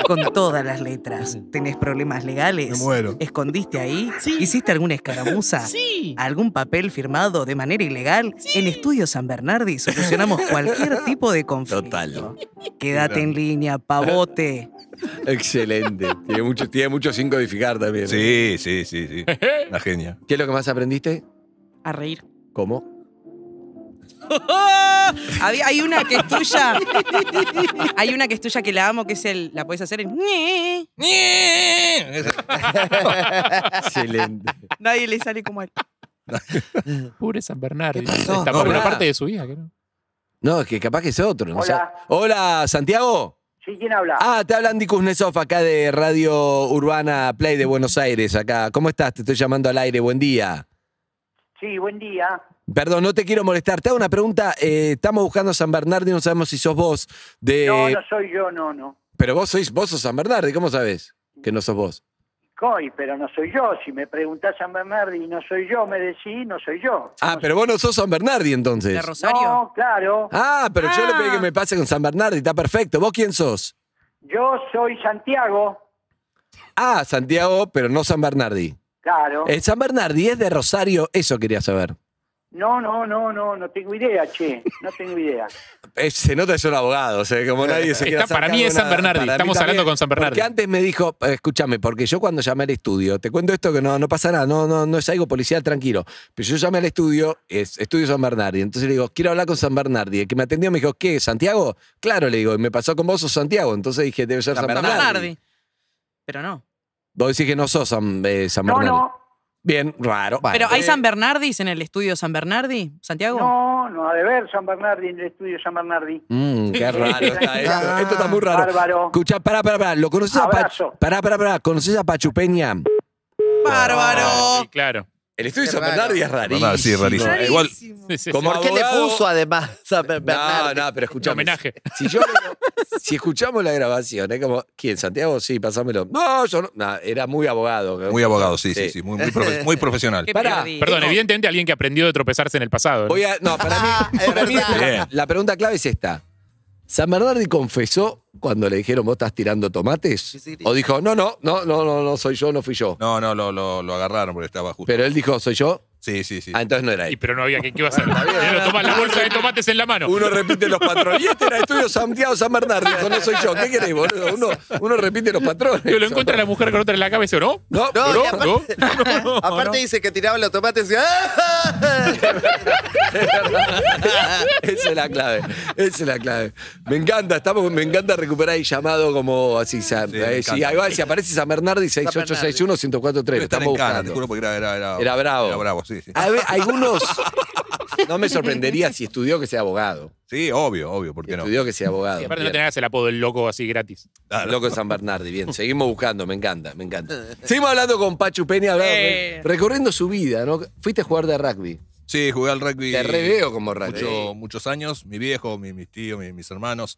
S6: con todas las letras. ¿Tenés problemas legales?
S3: muero.
S6: ¿Escondiste ahí? ¿Hiciste alguna escaramuza?
S4: Sí.
S6: ¿Algún papel firmado de manera ilegal? En Estudio San Bernardi solucionamos cualquier tipo de conflicto.
S2: Total.
S6: Quédate en línea, pavote.
S2: Excelente. Tiene mucho, tiene mucho sin codificar también. ¿eh?
S3: Sí, sí, sí, sí. Una genia.
S2: ¿Qué es lo que más aprendiste?
S6: A reír.
S2: ¿Cómo?
S6: Había- Hay una que es tuya. Hay una que es tuya que la amo, que es el. La puedes hacer en. ñe.
S2: Excelente.
S6: Nadie le sale como él.
S4: Pobre San Bernardi.
S5: ¿Qué pasó?
S4: Está por
S2: No,
S4: una
S2: pará.
S4: parte de su vida. que no.
S2: No, es que capaz que es otro. no
S8: Hola.
S2: sé. Hola, Santiago.
S8: Sí, ¿quién habla?
S2: Ah, te habla Andy Kuznetsov acá de Radio Urbana Play de Buenos Aires, acá. ¿Cómo estás? Te estoy llamando al aire. Buen día.
S8: Sí, buen día.
S2: Perdón, no te quiero molestar. Te hago una pregunta. Eh, estamos buscando a San Bernardi, no sabemos si sos vos. De...
S8: No, no soy yo, no, no.
S2: Pero vos sois, vos sos San Bernardi, ¿cómo sabés que no sos vos?
S8: Coy, pero no soy yo. Si me preguntás a Bernardi y no soy yo, me decís, no soy yo.
S2: Ah, pero vos no sos San Bernardi entonces.
S6: ¿De Rosario?
S8: No, claro.
S2: Ah, pero yo le pedí
S6: Ah.
S2: que me pase con San Bernardi, está perfecto. ¿Vos quién sos?
S8: Yo soy Santiago.
S2: Ah, Santiago, pero no San Bernardi.
S8: Claro.
S2: El San Bernardi es de Rosario, eso quería saber.
S8: No, no, no, no, no tengo idea, che. No tengo idea.
S2: Eh, se nota que soy un abogado, o sea, como nadie se
S4: Está-
S2: quiere hacer
S4: para mí
S2: cargo
S4: es
S2: de
S4: San
S2: nada.
S4: Bernardi,
S2: Para Eh, mí
S4: estamos hablando
S2: también,
S4: con San Bernardi.
S2: Porque antes me dijo, eh, escúchame, porque yo cuando llamé al estudio, te cuento esto que no, no pasa nada, no, no, no es algo policial, tranquilo. Pero yo llamé al estudio, es estudio San Bernardi, entonces le digo, quiero hablar con San Bernardi. El que me atendió me dijo, ¿qué? ¿Santiago? Claro, le digo, y me pasó con vos, sos Santiago. Entonces dije, debe ser San,
S6: San
S2: Bernardi.
S6: Bernardi. Pero no.
S2: Vos decís que no sos San, eh, San
S8: No,
S2: Bernardi.
S8: no,
S2: Bien, raro.
S6: Pero hay
S2: Eh,
S6: San Bernardis en el estudio San Bernardi, Santiago.
S8: no, no ha de ver San Bernardi en el estudio San Bernardi.
S2: Mm, qué raro está esto. Esto está muy raro.
S8: Ah, Bárbaro.
S2: Escuchá, pará, pará, pará. ¿Lo conoces a Pachu?
S8: Abrazo.
S2: Pará, pará, pará. ¿Conoces a Pachupeña?
S4: Sí, claro.
S2: El estudio
S5: Qué
S2: San
S5: raro.
S2: Bernardi es rarísimo.
S3: Sí, rarísimo.
S2: Eh,
S3: Igual-
S4: Sí, sí,
S2: Como
S5: ¿Por qué le
S2: abogado-
S5: puso además a Bernardi?
S2: No, no, pero
S4: sí.
S2: escuchame.
S4: Homenaje.
S2: Si, yo, si escuchamos la grabación, es como, ¿quién? ¿Santiago? Sí, pasámelo. No, yo no. Nah, era muy abogado.
S3: Muy abogado, sí, sí,
S2: Sí.
S3: sí. Muy, muy, profe- muy profesional.
S6: Qué
S2: Pará,
S6: perdida.
S4: Perdón,
S2: No.
S4: evidentemente alguien que aprendió de tropezarse en el pasado. ¿no?
S2: Voy a- no, para mí,
S5: es
S2: para mí
S5: Ah, verdad.
S2: la, la pregunta clave es esta. ¿San Bernardi confesó cuando le dijeron vos estás tirando tomates?
S5: sí, sí.
S2: ¿O dijo, no, no, no, no, no, no soy yo, no fui yo?
S3: No, no, lo, lo, lo agarraron porque estaba justo.
S2: Pero él dijo, soy yo.
S3: Sí, sí, sí.
S2: Ah, entonces no era
S4: Y
S2: él.
S4: pero no había que qué iba a hacer. Tenía lo toma- la bolsa de tomates en la mano.
S2: Uno repite los patrones. Y este era estudio Santiago San Bernardi. Dijo, no soy yo. ¿Qué querés, boludo? Uno, uno repite los patrones.
S4: Yo lo encuentra la mujer con otra en la cabeza, ¿no?
S2: No,
S5: No,
S2: bro.
S5: y aparte-
S4: ¿No? No, no,
S5: Aparte dice que tiraba los tomates y... ¡Ah!
S2: Esa es la clave. Esa es la clave. Me encanta, estamos, me encanta recuperar el llamado como así. San-
S3: Sí, me
S2: eh, si,
S3: encanta.
S2: ahí va, si aparece San Bernardi, 6861-1043.
S3: Debe estar
S2: Estamos
S3: en Cana, te
S2: buscando.
S3: juro porque era, era, era,
S2: Era bravo. Ah.
S3: Era bravo, sí, sí.
S2: A ver, algunos. No me sorprendería si estudió que sea abogado.
S3: Sí, obvio, obvio, ¿por qué no?
S2: Estudió que sea abogado.
S4: Y aparte no
S2: Ah, Bien.
S4: tenías el apodo el loco así gratis.
S3: Claro.
S2: Loco de San Bernardi, bien. Seguimos buscando, me encanta, me encanta. Seguimos hablando con Pachu Peña, hablando,
S6: Eh.
S2: recorriendo su vida, ¿no? Fuiste a jugar de rugby.
S3: Sí, jugué al rugby.
S2: Te reveo como rugby.
S3: mucho- muchos años, mi viejo, mi- mis tíos, mi- mis hermanos.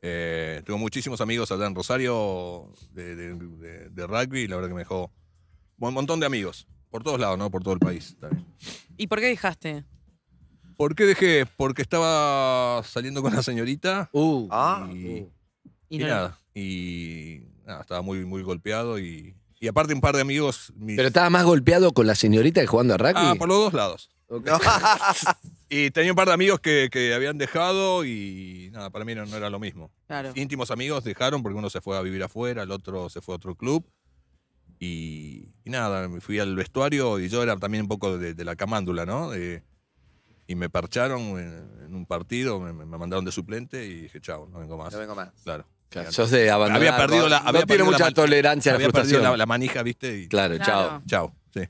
S3: Eh, tengo muchísimos amigos allá en Rosario de, de- de- de rugby y la verdad que me dejó un montón de amigos. Por todos lados, ¿no? Por todo el país. también.
S6: ¿Y por qué dejaste?
S3: ¿Por qué dejé? Porque estaba saliendo con una señorita
S2: Uh,
S5: Ah.
S3: y,
S6: Y
S3: y
S6: no-
S3: nada. Y nada, estaba muy, muy golpeado y Y aparte un par de amigos... mis-
S2: Pero estaba más golpeado con la señorita que jugando a rugby.
S3: ah, por los dos lados.
S2: Ok.
S3: Y tenía un par de amigos que, que habían dejado y nada, para mí no, no era lo mismo.
S6: Claro.
S3: Íntimos amigos dejaron porque uno se fue a vivir afuera, el otro se fue a otro club. Y, y nada, me fui al vestuario y yo era también un poco de, de la camándula, ¿no? Eh, y me parcharon en, en un partido, me, me mandaron de suplente y dije, chao, no vengo más.
S5: No vengo más.
S3: Claro.
S2: Claro, Sos de abandonar.
S3: Había perdido la-
S2: No
S3: había
S2: tiene
S3: perdido
S2: mucha
S3: la man-
S2: tolerancia a la
S3: Había perdido
S2: frustración.
S3: la, la manija, ¿viste? Y
S2: Claro,
S6: Claro.
S3: chao, sí.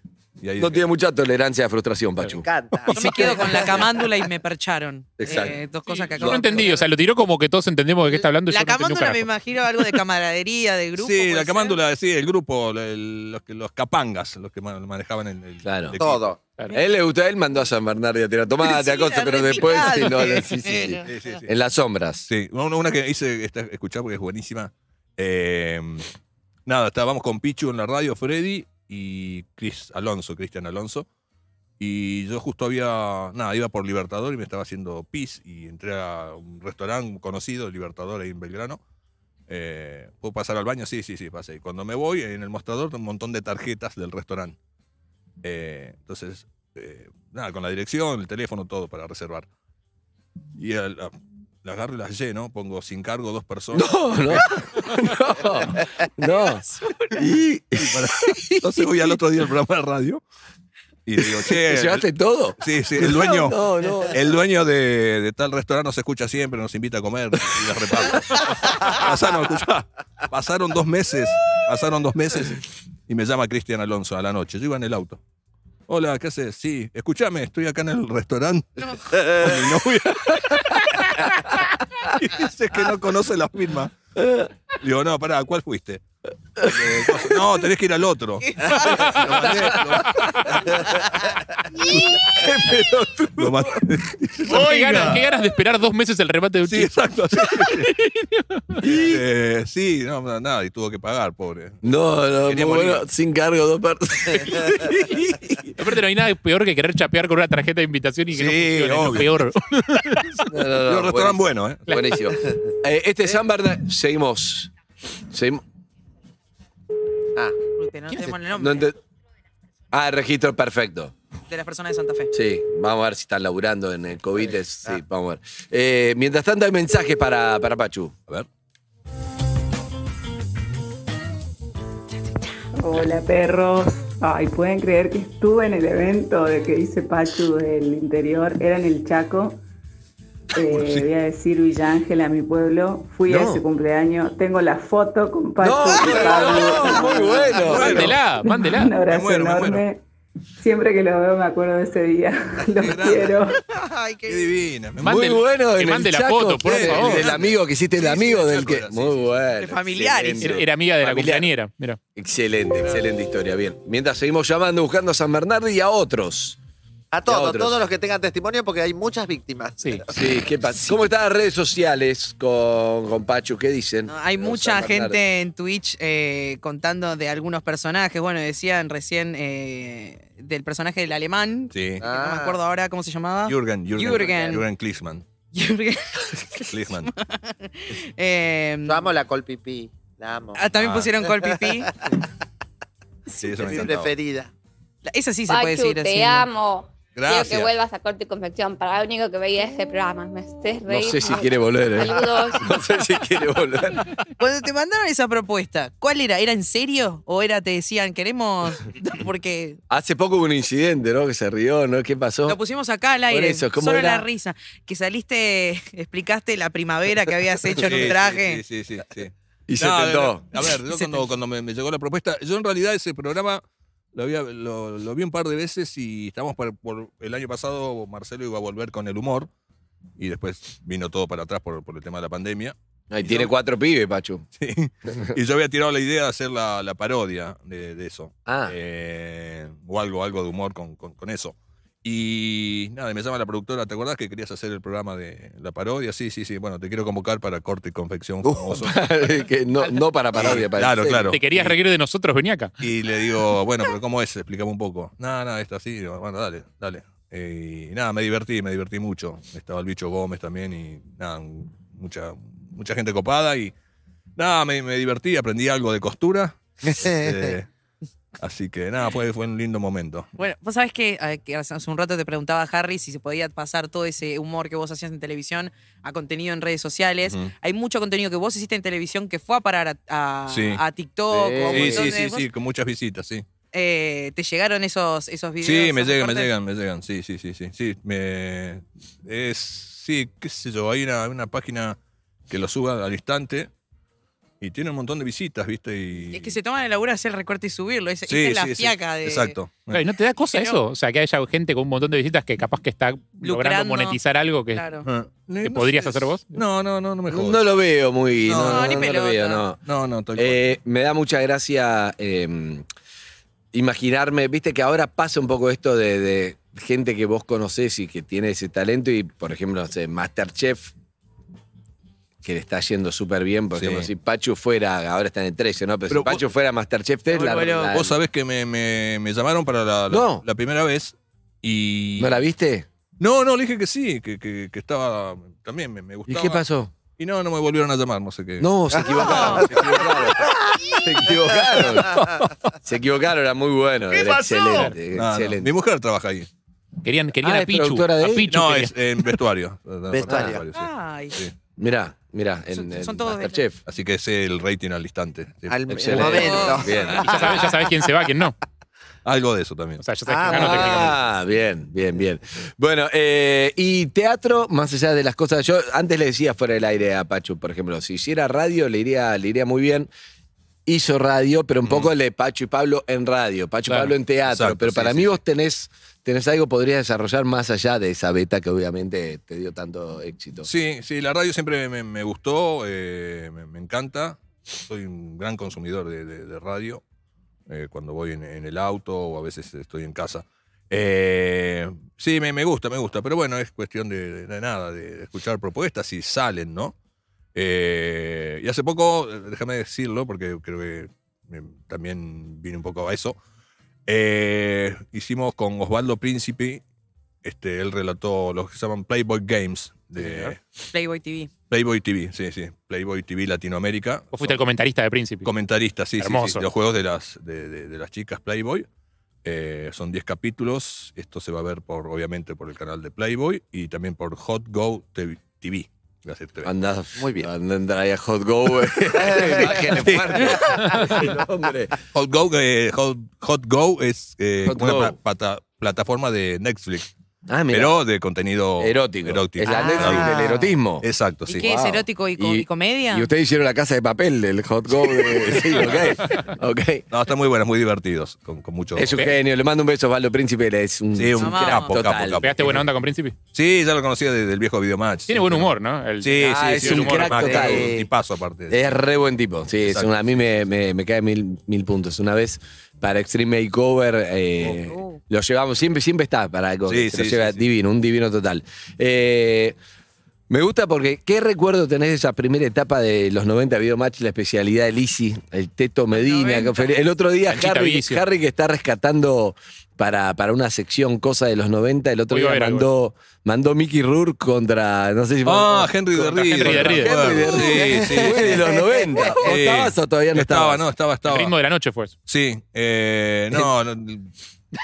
S3: Y
S2: chao.
S3: ahí
S2: No
S3: dejé.
S2: tiene mucha tolerancia a la frustración,
S5: Me
S2: Pachu.
S5: encanta.
S6: Ah, Yo me quedo con la camándula y me percharon.
S2: Exacto.
S6: Eh, dos cosas que
S4: Yo
S6: acabo
S4: no
S6: de-
S4: entendí, o sea, lo tiró como que todos entendemos de qué está hablando. y
S6: La
S4: yo no entendí un
S6: camándula me
S4: carajo.
S6: imagino algo de camaradería, de grupo.
S3: Sí,
S6: ¿puede
S3: la
S6: ser?
S3: camándula, sí, el grupo, el- los, que- los capangas, los que ma- manejaban el, el-
S2: Claro.
S3: el equipo.
S5: Todo.
S2: A él le gustó, él mandó a San Bernardo y a tirar tomate,
S6: Sí,
S2: a costa,
S6: la
S2: pero después. sí, no,
S6: retiraste.
S2: sí, sí, sí.
S3: Sí, sí, sí.
S2: En las sombras.
S3: Sí, una, una que hice esta, escuchar porque es buenísima. Eh, nada, estábamos con Pichu en la radio, Freddy y Chris Alonso, Cristian Alonso. Y yo justo había, nada, iba por Libertador y me estaba haciendo pis y entré a un restaurante conocido, Libertador, ahí en Belgrano. Eh, ¿Puedo pasar al baño? Sí, sí, sí, pasé. Y Cuando me voy, en el mostrador, un montón de tarjetas del restaurante. Eh, entonces, eh, nada, con la dirección, el teléfono, todo para reservar. Y al- a- las agarro y las lleno, pongo sin cargo dos personas.
S2: No, no. No, no. Y
S3: Para- Entonces voy al otro día al programa de radio y digo, che.
S2: ¿te
S3: el-
S2: llevaste todo.
S3: sí, sí, el dueño.
S2: No, no.
S3: El dueño de, de tal restaurante nos escucha siempre, nos invita a comer y las reparto. pasaron, escuchá, pasaron dos meses, pasaron dos meses y me llama Cristian Alonso a la noche. Yo iba en el auto. Hola, ¿qué haces? Sí, escúchame, estoy acá en el restaurante con mi novia. y dice que no conoce la firma. Digo, no, pará, ¿cuál fuiste? Eh, cosa- no, tenés que ir al otro. Lo mandé, lo- Lo mandé.
S4: Qué ganas, qué ganas de esperar dos meses el remate de un
S3: Sí,
S4: chiste.
S3: exacto. sí, sí, sí. Eh, sí, no, no, nada, y tuvo que pagar, pobre.
S2: No, no, muy
S3: Queríamos
S2: bueno,
S3: libre.
S2: sin cargo, dos personas.
S4: Aparte, no hay nada peor que querer chapear con una tarjeta de invitación y que no
S3: Sí,
S4: funcione. es lo
S3: obvio.
S4: peor.
S2: No, no,
S3: Pero
S2: no,
S3: un restaurante bueno, ¿eh?
S2: Ah, Buenísimo. buenísimo. Eh, este San Bernardo. Seguimos. Seguimos.
S5: Ah,
S6: Porque No tenemos el
S2: No
S6: nombre
S2: ente- Ah, registro perfecto.
S6: de las personas de Santa Fe.
S2: Sí, vamos a ver si están laburando en el COVID. es- Sí, vamos a ver. Eh, mientras tanto, hay mensajes para, para Pachu.
S3: A ver.
S7: Hola perros. Ay, pueden creer que estuve en el evento de que hice Pachu del interior, era en el Chaco. Eh, Voy a decir Villa Ángela, mi pueblo. Fui a
S2: Ah, No.
S7: ese cumpleaños. Tengo la foto con Pachu.
S2: No,
S7: y Pablo.
S2: no, muy bueno.
S4: Mándela,
S7: Un
S4: mándela.
S7: abrazo
S3: Me muero, me
S7: enorme.
S3: muero.
S7: Siempre que lo veo me acuerdo de ese día. Los
S3: Qué grande.
S7: quiero.
S6: Ay,
S3: Qué divina. me
S4: Mande-
S2: muy bueno.
S4: que
S2: en
S4: mande
S2: el
S4: la
S2: Chaco,
S4: foto, por
S2: ¿qué?
S4: favor.
S2: El Del amigo que hiciste, el
S3: Sí, sí,
S2: amigo
S3: el
S2: del
S3: Chaco
S2: que.
S3: era, sí,
S2: muy
S3: sí, sí.
S2: bueno.
S6: De familiares.
S2: excelente.
S4: Era, era amiga de la
S2: Familiar.
S4: cumpleañera. Mira.
S2: Excelente, excelente historia. Bien. Mientras seguimos llamando, buscando a San Bernardo y a otros.
S5: A todos,
S2: otros.
S5: todos los que tengan testimonio, porque hay muchas víctimas.
S4: Sí.
S2: Sí, ¿qué pasa? ¿Cómo están las redes sociales con, con Pachu? ¿Qué dicen?
S6: No, hay
S2: Los
S6: mucha
S2: San Bernardo.
S6: gente en Twitch eh, contando de algunos personajes. Bueno, decían recién eh, del personaje del alemán.
S3: Sí.
S5: Ah.
S6: No me acuerdo ahora cómo se
S2: Ah.
S6: llamaba.
S3: Jürgen, Jürgen.
S6: Jürgen.
S3: Jürgen Klinsmann.
S6: Jürgen.
S3: Klinsmann.
S6: Eh,
S5: Yo amo la Colpipí. La amo.
S6: ah, también
S3: Ah.
S6: pusieron Colpipí.
S3: Sí, eso
S5: Es
S3: me
S5: mi
S3: encantaba.
S5: preferida.
S6: La- Esa sí se puede
S9: Pachu,
S6: seguir
S9: te
S6: haciendo.
S9: amo. Quiero
S3: Gracias.
S9: que vuelvas a corte y confección. Para lo único que veía este programa. Me estés
S2: No
S9: reír.
S2: sé si quiere volver, ¿eh?
S9: Saludos.
S2: No sé si quiere volver.
S6: Cuando te mandaron esa propuesta, ¿cuál era? ¿Era en serio? ¿O era te decían, queremos? Porque
S2: Hace poco hubo un incidente, ¿no? Que se rió, ¿no? ¿Qué pasó?
S6: Lo pusimos acá al aire.
S2: eso, ¿cómo
S6: solo
S2: era?
S6: la risa. Que saliste, explicaste la primavera que habías hecho en
S3: Sí,
S6: un
S3: sí, Sí,
S6: traje.
S3: sí, sí. sí.
S2: Y se
S3: No, a ver,
S2: tentó.
S3: A ver, yo
S6: Se
S3: cuando, cuando me, me llegó la propuesta, yo en realidad ese programa lo, había- lo- lo vi un par de veces y estamos por, por- el año pasado Marcelo iba a volver con el humor y después vino todo para atrás por, por el tema de la pandemia.
S2: Ay, tiene cuatro pibes, Pachu.
S3: Y yo había tirado la idea de hacer la, la parodia de, de eso.
S2: Ah.
S3: Eh, o algo, algo de humor con, con- con eso. Y nada, me llama la productora, ¿te acordás que querías hacer el programa de la parodia? Sí, sí, sí. Bueno, te quiero convocar para corte y confección famoso.
S2: que no, no para Uh, parodia, para
S3: Claro, claro.
S4: Te querías
S3: Y-
S4: reír de nosotros, venía acá.
S3: Y le digo, bueno, pero ¿cómo es? Explícame un poco. Nada, nada, está así. Digo, Bueno, dale, dale. Eh, y nada, me divertí, me divertí mucho. Estaba el bicho Gómez también y nada, un- mucha, mucha gente copada y nada, me, me divertí, aprendí algo de costura. Eh, Así que nada, fue, fue un lindo momento.
S6: Bueno, vos sabés que, eh, que hace hace un rato te preguntaba Harry si se podía pasar todo ese humor que vos hacías en televisión a contenido en redes sociales.
S3: Ujú.
S6: Hay mucho contenido que vos hiciste en televisión que fue a parar a, a-
S3: Sí.
S6: a TikTok.
S5: Sí.
S6: o a un
S3: Sí,
S6: montón
S3: Eh, sí,
S6: de
S3: sí,
S6: cosas.
S3: sí, con muchas visitas, sí.
S6: Eh, ¿Te llegaron esos, esos videos?
S3: Sí, me
S6: esas
S3: llegan, me
S6: partes?
S3: llegan, me llegan. Sí, sí, sí, sí. Sí, me, es, sí qué sé yo, hay una, hay una página que lo suba al instante y tiene un montón de visitas, ¿viste? Y,
S6: Es que se toman el laburo de hacer el recorte y subirlo. Es, esa
S3: Sí,
S6: es la
S3: sí, sí,
S6: fiaca de.
S3: Exacto.
S4: Claro, ¿y no te da cosa
S6: Pero-
S4: eso? O sea, que haya gente con un montón de visitas que capaz que está logrando
S6: Lucrando.
S4: monetizar algo que...
S6: Claro.
S3: Ah, no,
S4: ¿Que
S3: no
S4: podrías
S3: sé,
S4: hacer vos?
S3: No, no, no, no me jodas.
S2: No lo veo muy.
S3: No,
S2: No, no,
S6: ni
S2: no lo
S6: pelota.
S2: veo, no.
S3: No, no, tal cual.
S2: Eh, me da mucha gracia eh, imaginarme, viste que ahora pasa un poco esto de, de gente que vos conocés y que tiene ese talento y, por ejemplo, no sé, Masterchef, que le está yendo súper bien, por
S3: Sí.
S2: ejemplo, si Pachu fuera, ahora está en el 13, ¿no? Pero,
S3: Pero
S2: si Pachu fuera Masterchef, te es la,
S6: Bueno,
S2: la-
S3: Vos sabés que me, me- me llamaron para la, la-
S2: No.
S3: la primera vez y...
S2: ¿No la viste?
S3: no, no, le dije que sí, que, que- que estaba... También me, me
S2: ¿Y
S3: gustaba.
S2: qué pasó?
S3: Y no, no me volvieron a llamar, no sé qué.
S2: No, se equivocaron, se equivocaron. Se equivocaron. Se equivocaron, era muy bueno. era Excelente,
S3: No, no,
S2: excelente.
S3: Mi mujer trabaja ahí.
S4: Querían, querían
S2: Ah,
S4: a
S2: es
S4: Pichu.
S2: productora de
S4: a
S2: él.
S4: Pichu
S3: No,
S4: querían.
S3: es en vestuario.
S5: Vestuario.
S3: sí.
S6: Ay,
S3: Sí.
S2: Mirá, mirá, en,
S6: Son-
S2: en
S6: son todos de-
S2: Masterchef.
S3: Así que es el rating al instante. sí.
S5: Al
S2: Excelente.
S5: momento.
S2: Bien.
S4: Y ya sabes, ya sabés quién se va, quién no.
S3: Algo de eso también.
S4: O sea, ya sabes
S5: Ah,
S4: quién ganó técnicamente.
S2: Ah, bien, bien, bien. Bueno, eh, y teatro, más allá de las cosas, yo antes le decía fuera del aire a Pachu, por ejemplo, si hiciera radio le iría, le iría muy bien. Hizo radio, pero un poco le Pachu y Pablo en radio, Pachu y
S4: Claro,
S2: Pablo en teatro.
S3: exacto,
S2: pero
S3: sí,
S2: para
S3: sí,
S2: mí
S3: sí.
S2: vos tenés, tenés algo que podrías desarrollar más allá de esa beta que obviamente te dio tanto éxito.
S3: Sí, sí, la radio siempre me, me gustó, eh, me, me encanta. Soy un gran consumidor de, de- de radio. eh, cuando voy en, en el auto o a veces estoy en casa. Eh, sí, me, me gusta, me gusta. Pero bueno, es cuestión de, de nada, de, de escuchar propuestas si salen, ¿no? Eh, y hace poco, eh, déjame decirlo, porque creo que eh, también viene un poco a eso. eh, hicimos con Osvaldo Príncipe, este, él relató lo que se llaman Playboy Games de,
S6: Playboy TV.
S3: Playboy TV, sí, sí. Playboy TV Latinoamérica.
S4: Vos fuiste el comentarista de Príncipe.
S3: Comentarista, sí, sí, sí,
S4: Hermoso.
S3: de Los juegos de las, de, de- de las chicas Playboy. Eh, son 10 capítulos. Esto se va a ver, por obviamente, por el canal de Playboy y también por Hot Go TV. TV. Gracias, TV.
S2: Andás,
S5: Muy bien.
S2: Andá ahí a Hot Go. Imágenes fuertes. El hombre.
S3: Hot Go, eh, Hot, Hot Go es eh,
S2: Hot
S3: como una
S2: Go.
S3: pla- plata- plataforma de Netflix,
S2: Ah, mirá.
S3: pero de contenido
S2: erótico. Es la
S5: Ah.
S2: Netflix del erotismo.
S3: Exacto,
S6: ¿Y
S3: sí.
S6: qué es
S2: Wow.
S6: erótico y, co-
S2: Y-
S6: y comedia?
S2: Y ustedes hicieron la casa de papel del hot go. de- sí, ok. ok.
S3: No, están muy buenas, muy divertidos, con, con mucho.
S2: Es un genio. Le mando un beso a Valdo Príncipe. él Es un,
S3: Sí, un
S6: Mamá.
S3: capo, capo,
S2: Total.
S3: capo.
S4: ¿Pegaste buena onda con Príncipe?
S3: Sí, ya lo conocía desde el viejo videomatch.
S4: Tiene buen humor, ¿no? El-
S3: Sí,
S2: Ah,
S3: sí,
S2: es
S3: sí, el
S2: un
S3: humor
S2: crack
S3: más que
S2: total.
S3: un tipazo aparte.
S2: Es re buen tipo. Sí, es
S3: Exacto.
S2: un- a mí me, me, me cae mil, mil puntos. Una vez para Extreme Makeover eh,
S6: Oh.
S2: lo llevamos. Siempre, siempre está para algo. que
S3: Sí,
S2: se lo
S3: sí,
S2: lleva
S3: sí, sí.
S2: divino, un divino total. Eh, me gusta porque, ¿qué recuerdo tenés de esa primera etapa de los 90 Videomatch, la especialidad de Lisi, el Teto Medina?
S6: 90.
S2: que fue- El otro día
S4: Panchita
S2: Harry,
S4: Vicio.
S2: Harry que está rescatando para, para una sección cosa de los 90, el otro
S4: Voy a
S2: día
S4: ver algo.
S2: mandó, mandó Mickey Rourke contra, no sé si...
S3: Ah, Henry de
S4: Contra Henry de Reader.
S3: Reader. Sí, sí,
S2: Fue de
S3: sí.
S2: los 90. ¿O
S3: Sí.
S2: estabas o todavía no
S3: Estaba,
S2: estabas?
S3: no, estaba,
S4: El ritmo
S3: estaba.
S4: de la noche fue eso.
S3: Sí, eh, no, no,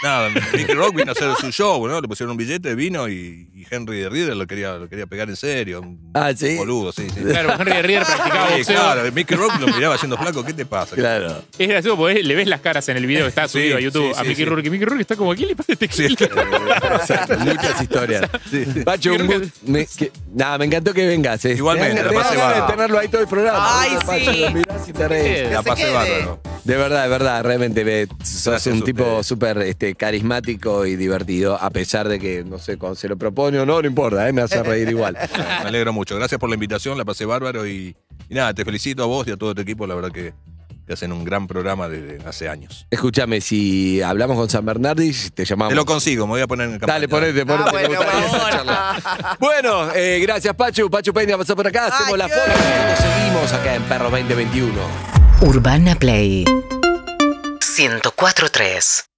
S3: nada, Mickey Rock vino a hacer su show, ¿no? Le pusieron un billete, vino y, y Henry de Reader lo quería, lo quería pegar en serio. Un
S2: Ah, ¿sí?
S3: Boludo, sí, sí.
S4: Claro, Henry de Rier practicaba
S3: Sí,
S4: boxeo.
S3: claro, Mickey Rock lo miraba haciendo flaco, ¿qué te pasa?
S2: Claro.
S4: Es gracioso porque le ves las caras en el video que está
S3: Sí,
S4: subido a YouTube
S3: sí,
S4: a
S3: sí, sí.
S4: Mickey Rourke. Y Mickey Rourke está como, ¿qué le pasa a este
S3: Sí.
S4: gil?
S2: Exacto, muchas historias.
S3: Sí, sí.
S2: Pacho, un
S4: Creo que-
S2: gust- me, que- nada, me encantó que vengas. eh.
S3: Igualmente,
S2: Te
S3: la pasé
S2: ganas
S3: bárbaro.
S2: de tenerlo ahí todo el programa.
S6: Ay,
S2: Pacho,
S6: sí.
S2: lo mirás y te reís.
S3: La
S5: se
S3: pasé
S5: quede.
S3: bárbaro.
S2: De verdad, de verdad, realmente ve, sos
S3: Gracias
S2: un
S3: a
S2: tipo
S3: ustedes.
S2: súper este, carismático y divertido, a pesar de que, no sé, cuando se lo propone o no, no importa, eh, me hace reír igual.
S3: Me alegro mucho. Gracias por la invitación, la pasé bárbaro y, y nada, te felicito a vos y a todo tu equipo, la verdad que, que hacen un gran programa desde hace años.
S2: Escúchame, si hablamos con San Bernardis, te llamamos.
S3: Te lo consigo, me voy a poner en campaña.
S2: Dale, ponete, ponete.
S5: Ah,
S2: me
S5: bueno,
S2: gustaría
S5: bueno.
S2: esa charla. bueno eh, gracias Pachu. Pachu Peña pasó por acá, hacemos la foto y nos seguimos acá en Perro 2021.
S10: Urbana Play 104.3